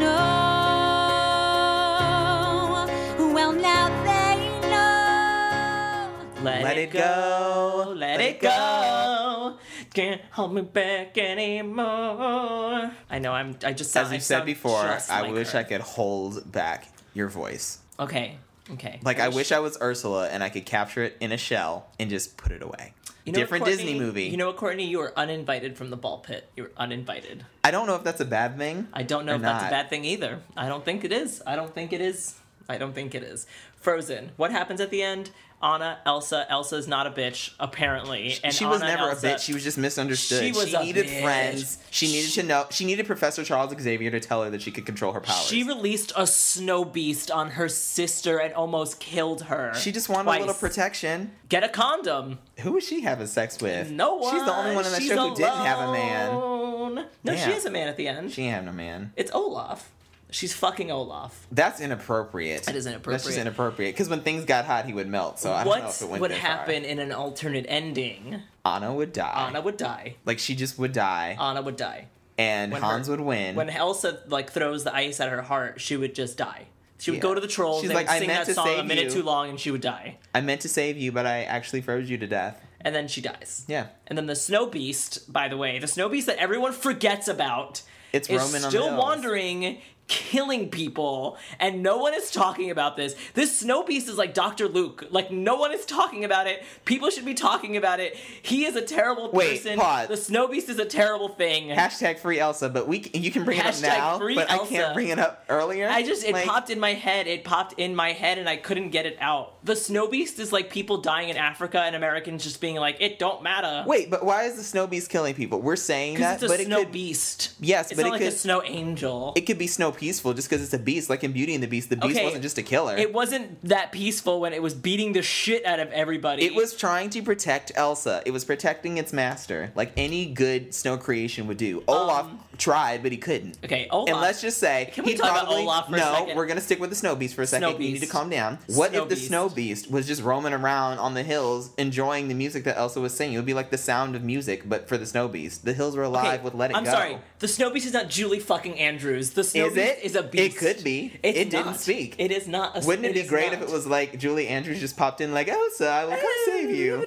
[SPEAKER 3] know. Well, now they know.
[SPEAKER 1] Let,
[SPEAKER 2] Let
[SPEAKER 1] it
[SPEAKER 2] it
[SPEAKER 1] go.
[SPEAKER 2] go.
[SPEAKER 1] Let,
[SPEAKER 2] Let
[SPEAKER 1] it
[SPEAKER 2] it
[SPEAKER 1] go. Can't hold me back anymore. I know. I'm. I just sound,
[SPEAKER 2] As
[SPEAKER 1] I
[SPEAKER 2] you said
[SPEAKER 1] sound
[SPEAKER 2] before,
[SPEAKER 1] just
[SPEAKER 2] I
[SPEAKER 1] like
[SPEAKER 2] wish
[SPEAKER 1] her.
[SPEAKER 2] I could hold back your voice.
[SPEAKER 1] Okay. Okay.
[SPEAKER 2] Like I wish I was Ursula and I could capture it in a shell and just put it away.
[SPEAKER 1] You know what,
[SPEAKER 2] Different
[SPEAKER 1] Courtney?
[SPEAKER 2] Disney movie.
[SPEAKER 1] You know what, Courtney? You were uninvited from the ball pit. You were uninvited.
[SPEAKER 2] I don't know if that's a bad thing.
[SPEAKER 1] I don't know
[SPEAKER 2] or
[SPEAKER 1] if that's a
[SPEAKER 2] not.
[SPEAKER 1] bad thing either. I don't think it is. I don't think it is. I don't think it is. Frozen. What happens at the end? Anna, Elsa. Elsa's not a bitch, apparently. And
[SPEAKER 2] she was
[SPEAKER 1] Anna and
[SPEAKER 2] never
[SPEAKER 1] Elsa-
[SPEAKER 2] a bitch. She was just misunderstood.
[SPEAKER 1] She
[SPEAKER 2] She,
[SPEAKER 1] was a
[SPEAKER 2] needed
[SPEAKER 1] bitch.
[SPEAKER 2] friends. She needed
[SPEAKER 1] She-
[SPEAKER 2] to know. She needed Professor Charles Xavier to tell her that she could control her powers.
[SPEAKER 1] She released a snow beast on her sister and almost killed her.
[SPEAKER 2] She just wanted
[SPEAKER 1] twice.
[SPEAKER 2] a little protection.
[SPEAKER 1] Get a condom.
[SPEAKER 2] Who was she having sex with?
[SPEAKER 1] No one.
[SPEAKER 2] She's the only one on that
[SPEAKER 1] She's
[SPEAKER 2] show who didn't have a man.
[SPEAKER 1] alone. No, she
[SPEAKER 2] Yeah.
[SPEAKER 1] is a man at the end.
[SPEAKER 2] She ain't having a man.
[SPEAKER 1] it's Olaf. She's fucking Olaf.
[SPEAKER 2] That's inappropriate.
[SPEAKER 1] That is
[SPEAKER 2] That's just
[SPEAKER 1] inappropriate.
[SPEAKER 2] inappropriate. Because when things got hot, he would melt. So I don't know
[SPEAKER 1] What
[SPEAKER 2] if it went
[SPEAKER 1] would
[SPEAKER 2] that
[SPEAKER 1] happen in an alternate ending?
[SPEAKER 2] Far. Anna would die.
[SPEAKER 1] Anna would die.
[SPEAKER 2] like she just would die,
[SPEAKER 1] Anna would die.
[SPEAKER 2] and
[SPEAKER 1] when
[SPEAKER 2] Hans
[SPEAKER 1] her-
[SPEAKER 2] would win.
[SPEAKER 1] When Elsa like throws the ice at her heart, she would just die. She would
[SPEAKER 2] Yeah.
[SPEAKER 1] go to the trolls.
[SPEAKER 2] She's
[SPEAKER 1] they
[SPEAKER 2] like,
[SPEAKER 1] would
[SPEAKER 2] "I
[SPEAKER 1] sing
[SPEAKER 2] meant
[SPEAKER 1] that
[SPEAKER 2] to
[SPEAKER 1] song a
[SPEAKER 2] save
[SPEAKER 1] minute
[SPEAKER 2] you."
[SPEAKER 1] too long, and she would die.
[SPEAKER 2] I meant to save you, but I actually froze you to death.
[SPEAKER 1] And then she dies.
[SPEAKER 2] Yeah.
[SPEAKER 1] And then the snow beast, by the way, the snow beast that everyone forgets about
[SPEAKER 2] It's
[SPEAKER 1] is
[SPEAKER 2] roaming on the
[SPEAKER 1] still
[SPEAKER 2] hills.
[SPEAKER 1] wandering, killing people, and no one is talking about this. This snow beast is like Dr. Luke. Like no one is talking about it. People should be talking about it. He is a terrible
[SPEAKER 2] Wait,
[SPEAKER 1] person.
[SPEAKER 2] pause.
[SPEAKER 1] The snow beast is a terrible thing.
[SPEAKER 2] Hashtag free Elsa, but we c- you can bring
[SPEAKER 1] Hashtag
[SPEAKER 2] it up now,
[SPEAKER 1] free
[SPEAKER 2] but I
[SPEAKER 1] Elsa.
[SPEAKER 2] can't bring it up earlier.
[SPEAKER 1] I just it
[SPEAKER 2] Like,
[SPEAKER 1] popped in my head. It popped in my head, and I couldn't get it out. The snow beast is like people dying in Africa, and Americans just being like, "It don't matter."
[SPEAKER 2] Wait, but why is the snow beast killing people? We're saying that,
[SPEAKER 1] Because it's
[SPEAKER 2] but
[SPEAKER 1] a
[SPEAKER 2] it
[SPEAKER 1] snow
[SPEAKER 2] could
[SPEAKER 1] beast.
[SPEAKER 2] Yes,
[SPEAKER 1] it's
[SPEAKER 2] but
[SPEAKER 1] not
[SPEAKER 2] it
[SPEAKER 1] like a
[SPEAKER 2] could-
[SPEAKER 1] snow angel.
[SPEAKER 2] it could be snow peaceful just because it's a beast. Like in Beauty and the Beast, the beast
[SPEAKER 1] Okay,
[SPEAKER 2] wasn't just a killer.
[SPEAKER 1] It wasn't that peaceful when it was beating the shit out of everybody.
[SPEAKER 2] It was trying to protect Elsa. It was protecting its master, like any good snow creation would do. Olaf tried, but he couldn't.
[SPEAKER 1] Um, okay. oh Olaf.
[SPEAKER 2] And let's just say
[SPEAKER 1] Can we
[SPEAKER 2] he
[SPEAKER 1] talk about
[SPEAKER 2] probably-
[SPEAKER 1] Olaf for a
[SPEAKER 2] no,
[SPEAKER 1] second?
[SPEAKER 2] we're gonna stick with the snow beast for a second.
[SPEAKER 1] Snow
[SPEAKER 2] You need to
[SPEAKER 1] beast.
[SPEAKER 2] calm down. What
[SPEAKER 1] Snow
[SPEAKER 2] if the
[SPEAKER 1] beast.
[SPEAKER 2] snow beast was just roaming around on the hills, enjoying the music that Elsa was singing? It would be like the sound of music, but for the snow beast. The hills were
[SPEAKER 1] Okay,
[SPEAKER 2] alive with "Let It
[SPEAKER 1] I'm
[SPEAKER 2] Go."
[SPEAKER 1] sorry. The snow beast is not Julie fucking Andrews. The snow
[SPEAKER 2] Is
[SPEAKER 1] beast
[SPEAKER 2] it?
[SPEAKER 1] is a
[SPEAKER 2] It
[SPEAKER 1] beast.
[SPEAKER 2] could be.
[SPEAKER 1] It's
[SPEAKER 2] It didn't
[SPEAKER 1] not.
[SPEAKER 2] speak.
[SPEAKER 1] It is not. A,
[SPEAKER 2] Wouldn't it, be
[SPEAKER 1] is
[SPEAKER 2] great
[SPEAKER 1] not.
[SPEAKER 2] if it was like Julie Andrews just popped in, like Elsa, I will come save you.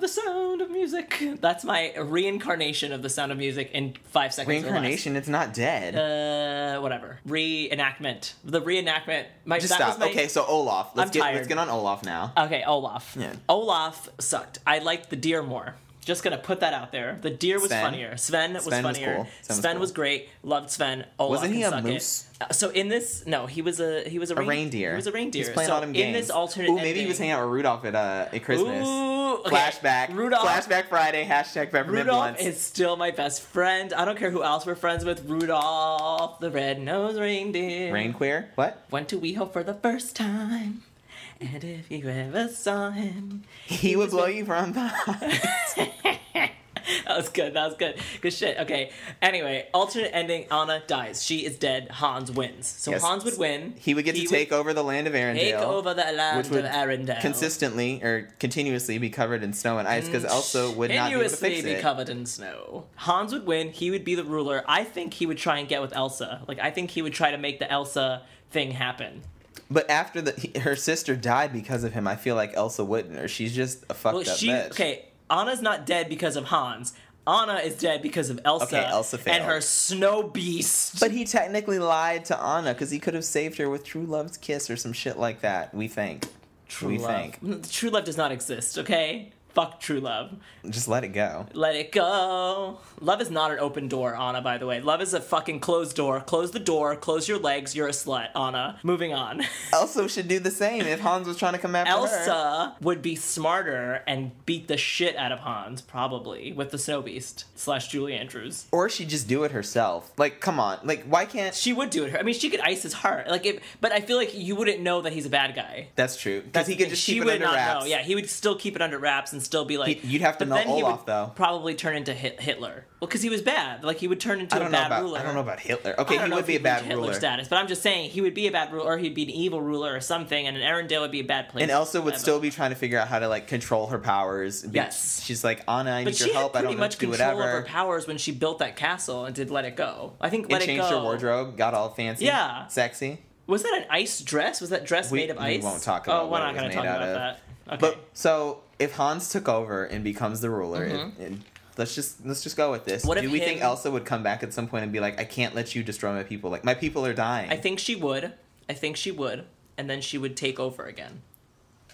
[SPEAKER 1] The sound of music. That's my reincarnation of the sound of music in five seconds. or less.
[SPEAKER 2] Reincarnation, it's not dead.
[SPEAKER 1] Uh, whatever. Reenactment. The reenactment. My,
[SPEAKER 2] just
[SPEAKER 1] that was
[SPEAKER 2] stop.
[SPEAKER 1] my-
[SPEAKER 2] Okay, so Olaf. Let's
[SPEAKER 1] I'm
[SPEAKER 2] get
[SPEAKER 1] tired. Uh,
[SPEAKER 2] let's get on Olaf now.
[SPEAKER 1] Okay, Olaf.
[SPEAKER 2] Yeah.
[SPEAKER 1] Olaf sucked. I liked the deer more. Just gonna put that out there. The deer was
[SPEAKER 2] Sven.
[SPEAKER 1] funnier. Sven was
[SPEAKER 2] Sven was
[SPEAKER 1] funnier.
[SPEAKER 2] cool.
[SPEAKER 1] Sven,
[SPEAKER 2] Sven was
[SPEAKER 1] was,
[SPEAKER 2] cool.
[SPEAKER 1] great. Loved Sven. Olaf
[SPEAKER 2] Wasn't he
[SPEAKER 1] can
[SPEAKER 2] a
[SPEAKER 1] suck it.
[SPEAKER 2] moose?
[SPEAKER 1] Uh, So in this, no, he was a he was a,
[SPEAKER 2] A
[SPEAKER 1] rein-
[SPEAKER 2] reindeer.
[SPEAKER 1] He was a reindeer.
[SPEAKER 2] He's playing
[SPEAKER 1] so
[SPEAKER 2] autumn
[SPEAKER 1] in
[SPEAKER 2] games.
[SPEAKER 1] this alternate,
[SPEAKER 2] Ooh, maybe he was
[SPEAKER 1] ending-
[SPEAKER 2] hanging out with Rudolph at uh at Christmas.
[SPEAKER 1] Ooh, okay.
[SPEAKER 2] Flashback.
[SPEAKER 1] Rudolph.
[SPEAKER 2] Flashback Friday. Hashtag peppermint
[SPEAKER 1] Rudolph
[SPEAKER 2] blunts.
[SPEAKER 1] is still my best friend. I don't care who else we're friends with. Rudolph, the red-nosed reindeer.
[SPEAKER 2] Rain queer. What?
[SPEAKER 1] went to WeHo for the first time. And if you ever saw him,
[SPEAKER 2] He would blow you from the.
[SPEAKER 1] that was good. That was good. Good shit. Okay. Anyway, alternate ending. Anna dies. She is dead. Hans wins. So
[SPEAKER 2] Yes.
[SPEAKER 1] Hans would win.
[SPEAKER 2] He would get to take over the land of Arendelle.
[SPEAKER 1] take over the land
[SPEAKER 2] which
[SPEAKER 1] of
[SPEAKER 2] would
[SPEAKER 1] Arendelle.
[SPEAKER 2] Consistently or continuously be covered in snow and ice because Elsa would not be able to
[SPEAKER 1] Mm. Continuously
[SPEAKER 2] fix
[SPEAKER 1] be
[SPEAKER 2] it.
[SPEAKER 1] covered in snow. Hans would win. He would be the ruler. I think he would try and get with Elsa. Like I think he would try to make the Elsa thing happen.
[SPEAKER 2] But after the he- her sister died because of him, I feel like Elsa wouldn't, or she's just a fucked
[SPEAKER 1] Well,
[SPEAKER 2] up
[SPEAKER 1] she
[SPEAKER 2] bitch.
[SPEAKER 1] okay. Anna's not dead because of Hans. Anna is dead because of Elsa.
[SPEAKER 2] Okay, Elsa
[SPEAKER 1] and
[SPEAKER 2] failed.
[SPEAKER 1] her snow beast.
[SPEAKER 2] But he technically lied to Anna because he could have saved her with true love's kiss or some shit like that. We think.
[SPEAKER 1] true
[SPEAKER 2] we
[SPEAKER 1] love.
[SPEAKER 2] think.
[SPEAKER 1] Mm, True love does not exist. Okay, fuck true love.
[SPEAKER 2] Just let it go.
[SPEAKER 1] Let it go. Love is not an open door, Anna, by the way. Love is a fucking closed door. Close the door, close your legs, you're a slut, Anna. Moving on.
[SPEAKER 2] Elsa should do the same if Hans was trying to come after her.
[SPEAKER 1] Elsa would be smarter and beat the shit out of Hans, probably, with the Snow Beast slash Julie Andrews.
[SPEAKER 2] Or she just do it herself. Like, come on. Like, why can't she?
[SPEAKER 1] She would do it. I mean, she could ice his heart. Like, if, but I feel like you wouldn't know that he's a bad guy.
[SPEAKER 2] That's true. Because he could just
[SPEAKER 1] she
[SPEAKER 2] keep it
[SPEAKER 1] would
[SPEAKER 2] under
[SPEAKER 1] not
[SPEAKER 2] wraps.
[SPEAKER 1] know. Yeah, he would still keep it under wraps and still be like.
[SPEAKER 2] He- you'd have to
[SPEAKER 1] but
[SPEAKER 2] know
[SPEAKER 1] then he
[SPEAKER 2] Olaf,
[SPEAKER 1] would
[SPEAKER 2] though.
[SPEAKER 1] Probably turn into Hit- Hitler. Well, because he was bad. Like he would turn into
[SPEAKER 2] I
[SPEAKER 1] a
[SPEAKER 2] don't know
[SPEAKER 1] bad
[SPEAKER 2] about
[SPEAKER 1] ruler.
[SPEAKER 2] I don't know about Hitler.
[SPEAKER 1] I
[SPEAKER 2] Okay,
[SPEAKER 1] don't
[SPEAKER 2] he
[SPEAKER 1] know
[SPEAKER 2] would
[SPEAKER 1] if
[SPEAKER 2] be a
[SPEAKER 1] he'd reach
[SPEAKER 2] bad
[SPEAKER 1] Hitler
[SPEAKER 2] ruler.
[SPEAKER 1] status, but I'm just saying he would be a bad ruler, or he'd be an evil ruler or something, and an Arendelle would be a bad place.
[SPEAKER 2] And Elsa would
[SPEAKER 1] Ever.
[SPEAKER 2] still be trying to figure out how to like control her powers. Be-
[SPEAKER 1] Yes.
[SPEAKER 2] she's like Anna, I need
[SPEAKER 1] But
[SPEAKER 2] your
[SPEAKER 1] she
[SPEAKER 2] help.
[SPEAKER 1] had
[SPEAKER 2] I
[SPEAKER 1] pretty
[SPEAKER 2] don't know,
[SPEAKER 1] much
[SPEAKER 2] do
[SPEAKER 1] control
[SPEAKER 2] whatever.
[SPEAKER 1] of her powers when she built that castle and did Let It Go. I think Let
[SPEAKER 2] and
[SPEAKER 1] It
[SPEAKER 2] changed
[SPEAKER 1] Go.
[SPEAKER 2] her wardrobe, got all fancy,
[SPEAKER 1] Yeah.
[SPEAKER 2] sexy.
[SPEAKER 1] Was that an ice dress? Was that dress
[SPEAKER 2] We-
[SPEAKER 1] made of
[SPEAKER 2] we
[SPEAKER 1] ice?
[SPEAKER 2] won't talk about
[SPEAKER 1] Oh,
[SPEAKER 2] what
[SPEAKER 1] we're
[SPEAKER 2] it
[SPEAKER 1] not
[SPEAKER 2] was
[SPEAKER 1] going
[SPEAKER 2] made
[SPEAKER 1] to talk
[SPEAKER 2] out
[SPEAKER 1] about
[SPEAKER 2] of.
[SPEAKER 1] that. Okay.
[SPEAKER 2] But so if Hans took over and becomes the ruler, and, and let's just let's just go with this.
[SPEAKER 1] Mm-hmm. What
[SPEAKER 2] do
[SPEAKER 1] if
[SPEAKER 2] we think
[SPEAKER 1] him-
[SPEAKER 2] Elsa would come back at some point and be like, I can't let you destroy my people. Like my people are dying.
[SPEAKER 1] I think she would. I think she would, and then she would take over again.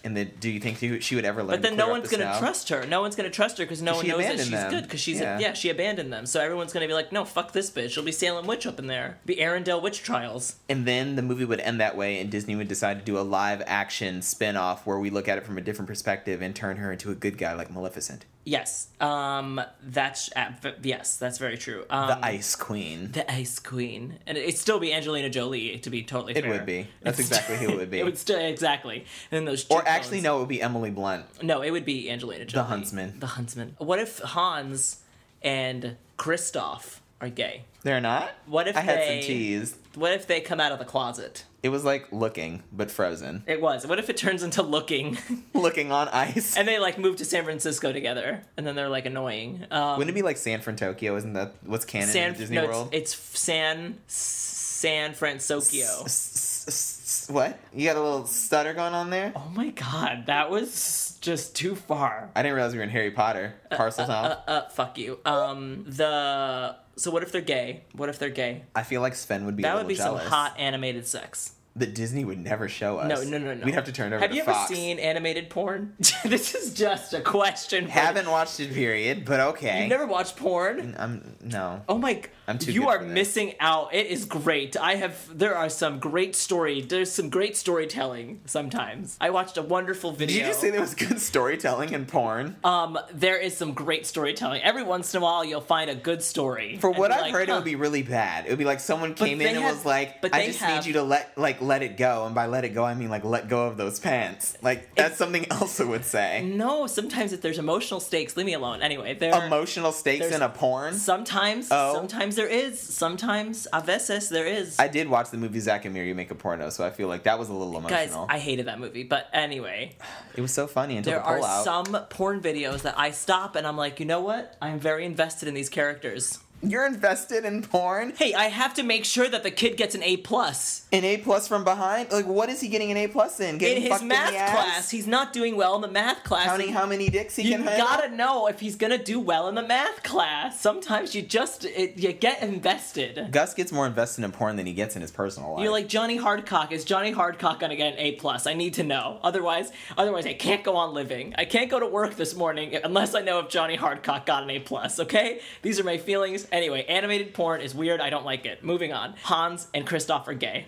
[SPEAKER 2] and then do you think she, she would ever learn?
[SPEAKER 1] But then
[SPEAKER 2] to
[SPEAKER 1] no
[SPEAKER 2] clear up
[SPEAKER 1] one's
[SPEAKER 2] the
[SPEAKER 1] gonna
[SPEAKER 2] snow?
[SPEAKER 1] trust her. No one's gonna trust her because no one
[SPEAKER 2] she
[SPEAKER 1] knows that
[SPEAKER 2] abandoned
[SPEAKER 1] she's
[SPEAKER 2] them.
[SPEAKER 1] good. Because she's
[SPEAKER 2] Yeah.
[SPEAKER 1] yeah. she abandoned them. So everyone's gonna be like, no, fuck this bitch. She'll be Salem witch up in there. Be Arendelle witch trials.
[SPEAKER 2] And then the movie would end that way, and Disney would decide to do a live action spin off where we look at it from a different perspective and turn her into a good guy like Maleficent,
[SPEAKER 1] Yes. Um. That's uh, v- yes. That's very true. Um,
[SPEAKER 2] the Ice Queen.
[SPEAKER 1] The Ice Queen, and it'd still be Angelina Jolie to be totally.
[SPEAKER 2] It
[SPEAKER 1] fair.
[SPEAKER 2] would be. That's
[SPEAKER 1] It's-
[SPEAKER 2] exactly who it would be.
[SPEAKER 1] it would still exactly. And then those.
[SPEAKER 2] or
[SPEAKER 1] cheekbones.
[SPEAKER 2] actually, no, it would be Emily Blunt.
[SPEAKER 1] No, it would be Angelina Jolie.
[SPEAKER 2] Huntsman.
[SPEAKER 1] The Huntsman. What if Hans and Kristoff are gay?
[SPEAKER 2] They're not.
[SPEAKER 1] What if
[SPEAKER 2] I had
[SPEAKER 1] they-
[SPEAKER 2] some teas?
[SPEAKER 1] What if they come out of the closet?
[SPEAKER 2] It was like looking, but frozen.
[SPEAKER 1] It was. What if it turns into looking,
[SPEAKER 2] looking on ice.
[SPEAKER 1] and they like move to San Francisco together, and then they're like annoying. Um,
[SPEAKER 2] Wouldn't it be like San Fran Tokyo? Isn't that what's canon
[SPEAKER 1] San
[SPEAKER 2] in Disney
[SPEAKER 1] no,
[SPEAKER 2] World?
[SPEAKER 1] It's, it's San San Francisco.
[SPEAKER 2] S- s- s- What? You got a little stutter going on there?
[SPEAKER 1] Oh my god, that was just too far.
[SPEAKER 2] I didn't realize we were in Harry Potter. Parcel Parseltown.
[SPEAKER 1] Uh, uh, fuck you. Um, the so what if they're gay? What if they're gay?
[SPEAKER 2] I feel like Sven would be. a
[SPEAKER 1] That
[SPEAKER 2] little
[SPEAKER 1] would be
[SPEAKER 2] jealous.
[SPEAKER 1] some hot animated sex.
[SPEAKER 2] That Disney would never show us.
[SPEAKER 1] No, no, no, no.
[SPEAKER 2] We'd have to turn it over
[SPEAKER 1] Have
[SPEAKER 2] to
[SPEAKER 1] you ever
[SPEAKER 2] Fox.
[SPEAKER 1] seen animated porn? this is just a question. for-
[SPEAKER 2] Haven't watched it, period. But okay.
[SPEAKER 1] You've never watched porn?
[SPEAKER 2] I'm no.
[SPEAKER 1] Oh my!
[SPEAKER 2] I'm too
[SPEAKER 1] You
[SPEAKER 2] good
[SPEAKER 1] are
[SPEAKER 2] for this.
[SPEAKER 1] missing out. It is great. I have. There are some great story. There's some great storytelling. Sometimes I watched a wonderful
[SPEAKER 2] Did
[SPEAKER 1] video.
[SPEAKER 2] you just say there was good storytelling in porn?
[SPEAKER 1] Um, there is some great storytelling. Every once in a while, you'll find a good story.
[SPEAKER 2] For
[SPEAKER 1] and
[SPEAKER 2] what
[SPEAKER 1] be
[SPEAKER 2] I've
[SPEAKER 1] like,
[SPEAKER 2] heard, it
[SPEAKER 1] huh.
[SPEAKER 2] would be really bad. It would be like someone came in
[SPEAKER 1] they
[SPEAKER 2] and
[SPEAKER 1] have-
[SPEAKER 2] was like,
[SPEAKER 1] but
[SPEAKER 2] "I
[SPEAKER 1] they
[SPEAKER 2] just
[SPEAKER 1] have-
[SPEAKER 2] need you to let like let it go," and by let it go, I mean like let go of those pants. Like that's something Elsa would say.
[SPEAKER 1] No, sometimes if there's emotional stakes, leave me alone. Anyway, there.
[SPEAKER 2] Emotional stakes
[SPEAKER 1] there's-
[SPEAKER 2] in a porn.
[SPEAKER 1] sometimes,
[SPEAKER 2] Um, Oh.
[SPEAKER 1] sometimes there is. Sometimes a veces there is.
[SPEAKER 2] I did watch the movie Zack and Miri make a porno, so I feel like that was a little
[SPEAKER 1] Guys,
[SPEAKER 2] emotional.
[SPEAKER 1] I hated that movie, but anyway,
[SPEAKER 2] it was so funny until
[SPEAKER 1] there
[SPEAKER 2] the
[SPEAKER 1] are
[SPEAKER 2] pullout.
[SPEAKER 1] some porn videos that I stop and I'm like, you know what? I'm very invested in these characters.
[SPEAKER 2] You're invested in porn.
[SPEAKER 1] hey i have to make sure that the kid gets an a plus
[SPEAKER 2] An A plus from behind. Like, what is he getting an A plus in? Getting
[SPEAKER 1] in his
[SPEAKER 2] fucked
[SPEAKER 1] math
[SPEAKER 2] in the ass?
[SPEAKER 1] class he's not doing well in the math class
[SPEAKER 2] counting how many dicks he
[SPEAKER 1] you
[SPEAKER 2] can.
[SPEAKER 1] gotta know if he's gonna do well in the math class sometimes you just it, you get invested
[SPEAKER 2] Gus gets more invested in porn than he gets in his personal life.
[SPEAKER 1] you're like johnny hardcock is johnny hardcock gonna get an a plus i need to know otherwise otherwise i can't go on living i can't go to work this morning unless i know if johnny hardcock got an a plus okay these are my feelings anyway animated porn is weird i don't like it moving on hans and christoph are gay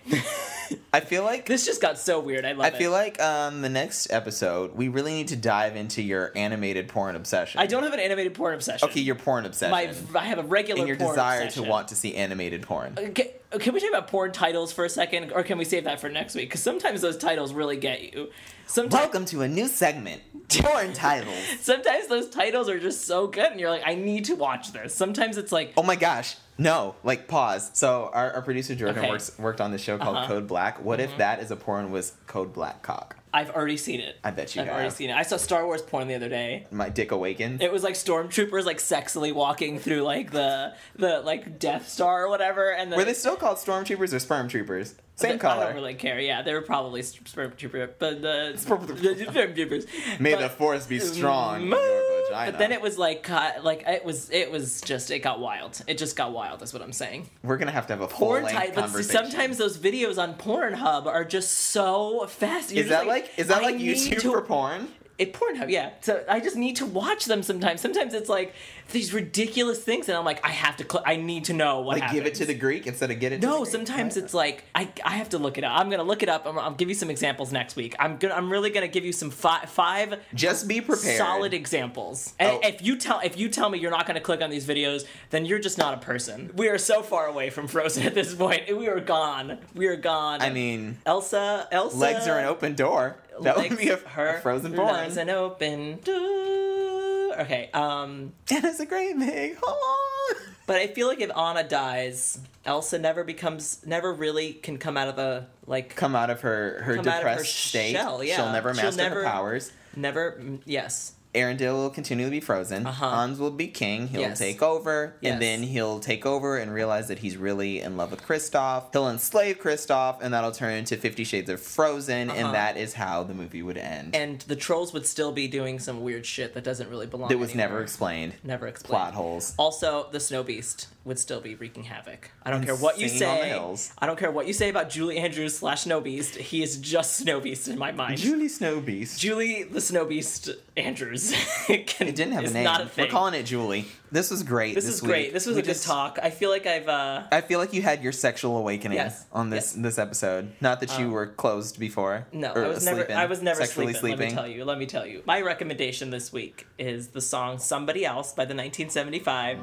[SPEAKER 2] I feel like
[SPEAKER 1] this just got so weird i love
[SPEAKER 2] I
[SPEAKER 1] it
[SPEAKER 2] feel like um, the next episode, we really need to dive into your animated porn obsession.
[SPEAKER 1] I don't have an animated porn obsession.
[SPEAKER 2] Okay, your porn obsession.
[SPEAKER 1] my I have a regular
[SPEAKER 2] and your
[SPEAKER 1] porn
[SPEAKER 2] desire
[SPEAKER 1] obsession.
[SPEAKER 2] to want to see animated porn.
[SPEAKER 1] Can, can we talk about porn titles for a second, or can we save that for next week? Because sometimes those titles really get you. Sometimes,
[SPEAKER 2] Welcome to a new segment Porn Titles.
[SPEAKER 1] sometimes those titles are just so good, and you're like, I need to watch this. Sometimes it's like,
[SPEAKER 2] Oh my gosh. No, like pause. So our, our producer Jordan
[SPEAKER 1] Okay.
[SPEAKER 2] works worked on this show called
[SPEAKER 1] Uh-huh.
[SPEAKER 2] Code Black. What if that is a porn was Code Black cock?
[SPEAKER 1] I've already seen it.
[SPEAKER 2] I bet you
[SPEAKER 1] I've
[SPEAKER 2] have.
[SPEAKER 1] already seen it. I saw Star Wars porn the other day.
[SPEAKER 2] My dick awakens.
[SPEAKER 1] It was like stormtroopers like sexily walking through like the the like Death Star or whatever, and then
[SPEAKER 2] Were they still called stormtroopers or sperm troopers? Same
[SPEAKER 1] Th-
[SPEAKER 2] color.
[SPEAKER 1] I don't really care. Yeah, they were probably sp- sperm trooper, but the the sperm troopers.
[SPEAKER 2] May
[SPEAKER 1] But-
[SPEAKER 2] the force be strong. in your
[SPEAKER 1] Mm,
[SPEAKER 2] vagina.
[SPEAKER 1] But then it was like, uh, like it was, it was just, it got wild. It just got wild. That's what I'm saying.
[SPEAKER 2] we're gonna have to have a full
[SPEAKER 1] Porn
[SPEAKER 2] length
[SPEAKER 1] type, but see,
[SPEAKER 2] conversation.
[SPEAKER 1] sometimes those videos on Pornhub are just so fast. You're
[SPEAKER 2] is
[SPEAKER 1] just
[SPEAKER 2] that like, is that
[SPEAKER 1] I
[SPEAKER 2] like
[SPEAKER 1] need
[SPEAKER 2] YouTube
[SPEAKER 1] to-
[SPEAKER 2] for porn?
[SPEAKER 1] It Pornhub, yeah. So I just need to watch them sometimes. Sometimes it's like these ridiculous things, and I'm like, I have to, cl- I need to know what.
[SPEAKER 2] Like give it
[SPEAKER 1] happens.
[SPEAKER 2] to the Greek instead of get it.
[SPEAKER 1] No,
[SPEAKER 2] to the Greek.
[SPEAKER 1] sometimes it's like I, I have to look it up. I'm gonna look it up. I'm, I'll give you some examples next week. I'm gonna I'm really gonna give you some five five
[SPEAKER 2] just be prepared.
[SPEAKER 1] solid examples. And
[SPEAKER 2] Oh.
[SPEAKER 1] if you tell if you tell me you're not gonna click on these videos, then you're just not a person. We are so far away from Frozen at this point. We are gone. We are gone.
[SPEAKER 2] I mean,
[SPEAKER 1] Elsa, Elsa,
[SPEAKER 2] legs are an open door. That would
[SPEAKER 1] legs-
[SPEAKER 2] be a, a
[SPEAKER 1] her
[SPEAKER 2] frozen porn.
[SPEAKER 1] Legs an open door. Okay. Um,
[SPEAKER 2] And it's a great big hole.
[SPEAKER 1] but I feel like if Anna dies, Elsa never becomes, never really can come out of a like,
[SPEAKER 2] Come out of her her
[SPEAKER 1] Come out of her
[SPEAKER 2] depressed state.
[SPEAKER 1] shell, yeah.
[SPEAKER 2] She'll never
[SPEAKER 1] She'll
[SPEAKER 2] master
[SPEAKER 1] never-
[SPEAKER 2] her powers.
[SPEAKER 1] never. mm, Yes.
[SPEAKER 2] Arendelle will continue to be frozen.
[SPEAKER 1] Uh-huh.
[SPEAKER 2] Hans will be king. He'll
[SPEAKER 1] Yes.
[SPEAKER 2] take over,
[SPEAKER 1] Yes.
[SPEAKER 2] and then he'll take over and realize that he's really in love with Kristoff. He'll enslave Kristoff, and that'll turn into Fifty Shades of Frozen,
[SPEAKER 1] Uh-huh.
[SPEAKER 2] and that is how the movie would end.
[SPEAKER 1] And the trolls would still be doing some weird shit that doesn't really belong.
[SPEAKER 2] that was
[SPEAKER 1] anywhere.
[SPEAKER 2] never explained.
[SPEAKER 1] never explained.
[SPEAKER 2] Plot holes.
[SPEAKER 1] Also, the snow beast would still be wreaking havoc. I don't
[SPEAKER 2] And
[SPEAKER 1] care what you
[SPEAKER 2] singing on the
[SPEAKER 1] say.
[SPEAKER 2] hills.
[SPEAKER 1] I don't care what you say about Julie Andrews slash snow beast. He is just snow beast in my mind.
[SPEAKER 2] Oh, Julie Snowbeast.
[SPEAKER 1] Julie the snow beast Andrews. can,
[SPEAKER 2] It didn't have
[SPEAKER 1] is
[SPEAKER 2] a name.
[SPEAKER 1] Not a thing.
[SPEAKER 2] We're calling it Julie. This was great.
[SPEAKER 1] This, is great.
[SPEAKER 2] week.
[SPEAKER 1] This was
[SPEAKER 2] We
[SPEAKER 1] a good
[SPEAKER 2] just-
[SPEAKER 1] talk. I feel like I've. uh
[SPEAKER 2] I feel like you had your sexual awakening
[SPEAKER 1] Yes. Um,
[SPEAKER 2] on this this episode. Not that you were closed before.
[SPEAKER 1] No,
[SPEAKER 2] or
[SPEAKER 1] I was never.
[SPEAKER 2] asleep in,
[SPEAKER 1] I was never
[SPEAKER 2] Er, sexually
[SPEAKER 1] sleeping. Let me tell you. Let me tell you. My recommendation this week is the song "Somebody Else" by the 1975.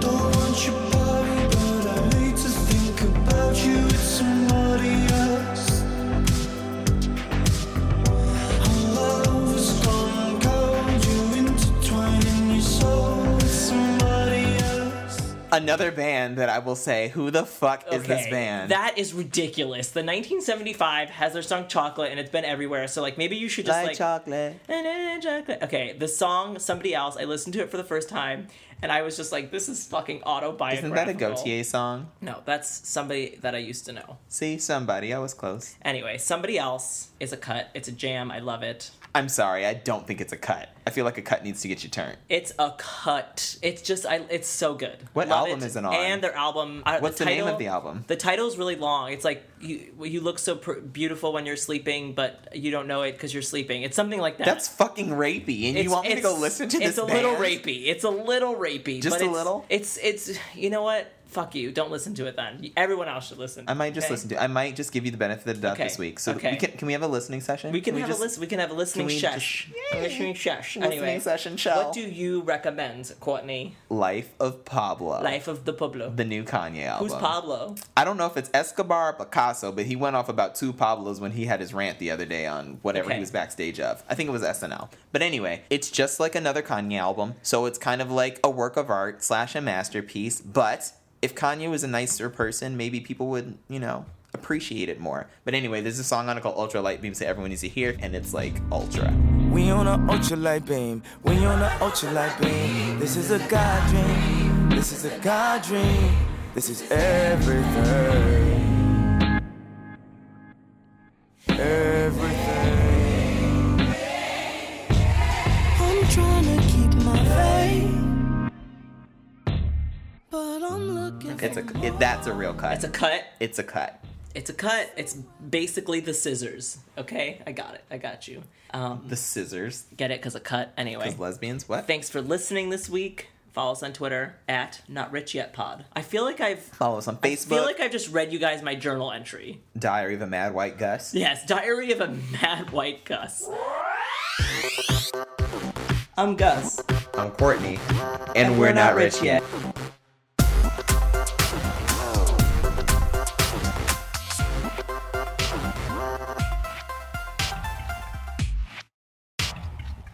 [SPEAKER 4] Don't want your body, but I hate to think about you with somebody else. Our love was gone cold, you intertwining your soul with somebody else.
[SPEAKER 2] Another band that I will say, who the fuck is this
[SPEAKER 1] Okay,
[SPEAKER 2] band?
[SPEAKER 1] That is ridiculous. The 1975 has their song Chocolate and it's been everywhere. So like maybe you should just
[SPEAKER 2] like,
[SPEAKER 1] like,
[SPEAKER 2] chocolate.
[SPEAKER 1] "Na, na, na, chocolate. Okay, the song Somebody Else, I listened to it for the first time and I was just like this is fucking autobiographical.
[SPEAKER 2] Isn't that a Gautier song?
[SPEAKER 1] No, that's somebody that I used to know.
[SPEAKER 2] See, somebody. I was close.
[SPEAKER 1] Anyway, Somebody Else is a cut. It's a jam. I love it.
[SPEAKER 2] I'm sorry. I don't think it's a cut. I feel like a cut needs to get you turned.
[SPEAKER 1] It's a cut. It's just I it's so good.
[SPEAKER 2] What
[SPEAKER 1] Love
[SPEAKER 2] album
[SPEAKER 1] it.
[SPEAKER 2] is it on?
[SPEAKER 1] And their album I-
[SPEAKER 2] What's the,
[SPEAKER 1] title,
[SPEAKER 2] name of the album?
[SPEAKER 1] The title's really long. It's like you you look so pr- beautiful when you're sleeping, but you don't know it because you're sleeping. It's something like that.
[SPEAKER 2] That's fucking rapey, and
[SPEAKER 1] It's-
[SPEAKER 2] you want me to go
[SPEAKER 1] it's-
[SPEAKER 2] listen to this?
[SPEAKER 1] It's a little
[SPEAKER 2] band?
[SPEAKER 1] rapey. It's a little rapey.
[SPEAKER 2] Just
[SPEAKER 1] but
[SPEAKER 2] a
[SPEAKER 1] it's-
[SPEAKER 2] little?
[SPEAKER 1] It's it's you know what? Fuck you. Don't listen to it then. Everyone else should listen.
[SPEAKER 2] I might just listen to. I might just give you the benefit of the doubt
[SPEAKER 1] Okay,
[SPEAKER 2] this week. So
[SPEAKER 1] okay.
[SPEAKER 2] we can can we have a listening session?
[SPEAKER 1] We can, have
[SPEAKER 2] just-
[SPEAKER 1] a listen. We can have a listening
[SPEAKER 2] we
[SPEAKER 1] sesh.
[SPEAKER 2] just-
[SPEAKER 1] A listening sesh.
[SPEAKER 2] Listening
[SPEAKER 1] Anyway,
[SPEAKER 2] session shall.
[SPEAKER 1] what do you recommend, Courtney?
[SPEAKER 2] Life of Pablo.
[SPEAKER 1] Life of the Pueblo.
[SPEAKER 2] The new Kanye album.
[SPEAKER 1] Who's Pablo?
[SPEAKER 2] I don't know if it's Escobar or Picasso, but he went off about two Pablos when he had his rant the other day on whatever
[SPEAKER 1] Okay.
[SPEAKER 2] he was backstage of. I think it was SNL. But anyway, it's just like another Kanye album, so it's kind of like a work of art slash a masterpiece. But if Kanye was a nicer person, maybe people would, you know, appreciate it more. But anyway, there's a song on it called Ultra Light Beams that everyone needs to hear, and it's like ultra.
[SPEAKER 5] We on a ultra light beam. We on a ultra light beam. This is a God dream. This is a God dream. This is everything. Everything.
[SPEAKER 4] I'm trying to keep my faith, but I'm looking.
[SPEAKER 2] It's a it, that's a real cut.
[SPEAKER 1] It's a cut.
[SPEAKER 2] it's a cut.
[SPEAKER 1] It's a cut. It's basically the scissors. Okay, I got it. I got you. Um,
[SPEAKER 2] The scissors.
[SPEAKER 1] get it? Cause a cut. Anyway,
[SPEAKER 2] Lesbians. What?
[SPEAKER 1] thanks for listening this week. Follow us on Twitter at Not Rich Yet Pod. I feel like I've
[SPEAKER 2] Follow us on Facebook.
[SPEAKER 1] feel like I've just read you guys my journal entry.
[SPEAKER 2] Diary of a Mad White Gus.
[SPEAKER 1] Yes, Diary of a Mad White Gus. I'm Gus,
[SPEAKER 2] I'm Courtney, and,
[SPEAKER 1] and we're, not rich yet.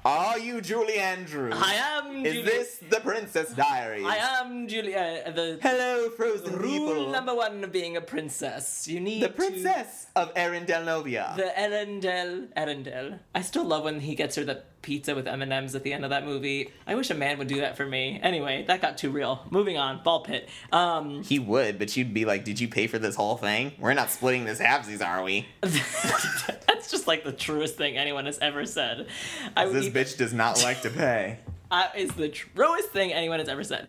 [SPEAKER 2] Are you Julie Andrews?
[SPEAKER 1] I am.
[SPEAKER 2] Is
[SPEAKER 1] Julie-
[SPEAKER 2] this the Princess Diaries?
[SPEAKER 1] I am Julia. Uh, the
[SPEAKER 2] Hello, frozen
[SPEAKER 1] rule
[SPEAKER 2] people.
[SPEAKER 1] number one of being a princess. You need
[SPEAKER 2] the
[SPEAKER 1] to-
[SPEAKER 2] princess of Arendelle Novia.
[SPEAKER 1] The Arendelle, Arendelle. I still love when he gets her the pizza with M and M's at the end of that movie. I wish a man would do that for me. Anyway, that got too real. Moving on. Ball pit. Um,
[SPEAKER 2] he would, but you'd be like, "Did you pay for this whole thing? We're not splitting this halvesies, are we?
[SPEAKER 1] that's just like the truest thing anyone has ever said. I would uh,
[SPEAKER 2] This
[SPEAKER 1] eat-
[SPEAKER 2] bitch does not like to pay."
[SPEAKER 1] I- is the truest thing anyone has ever said.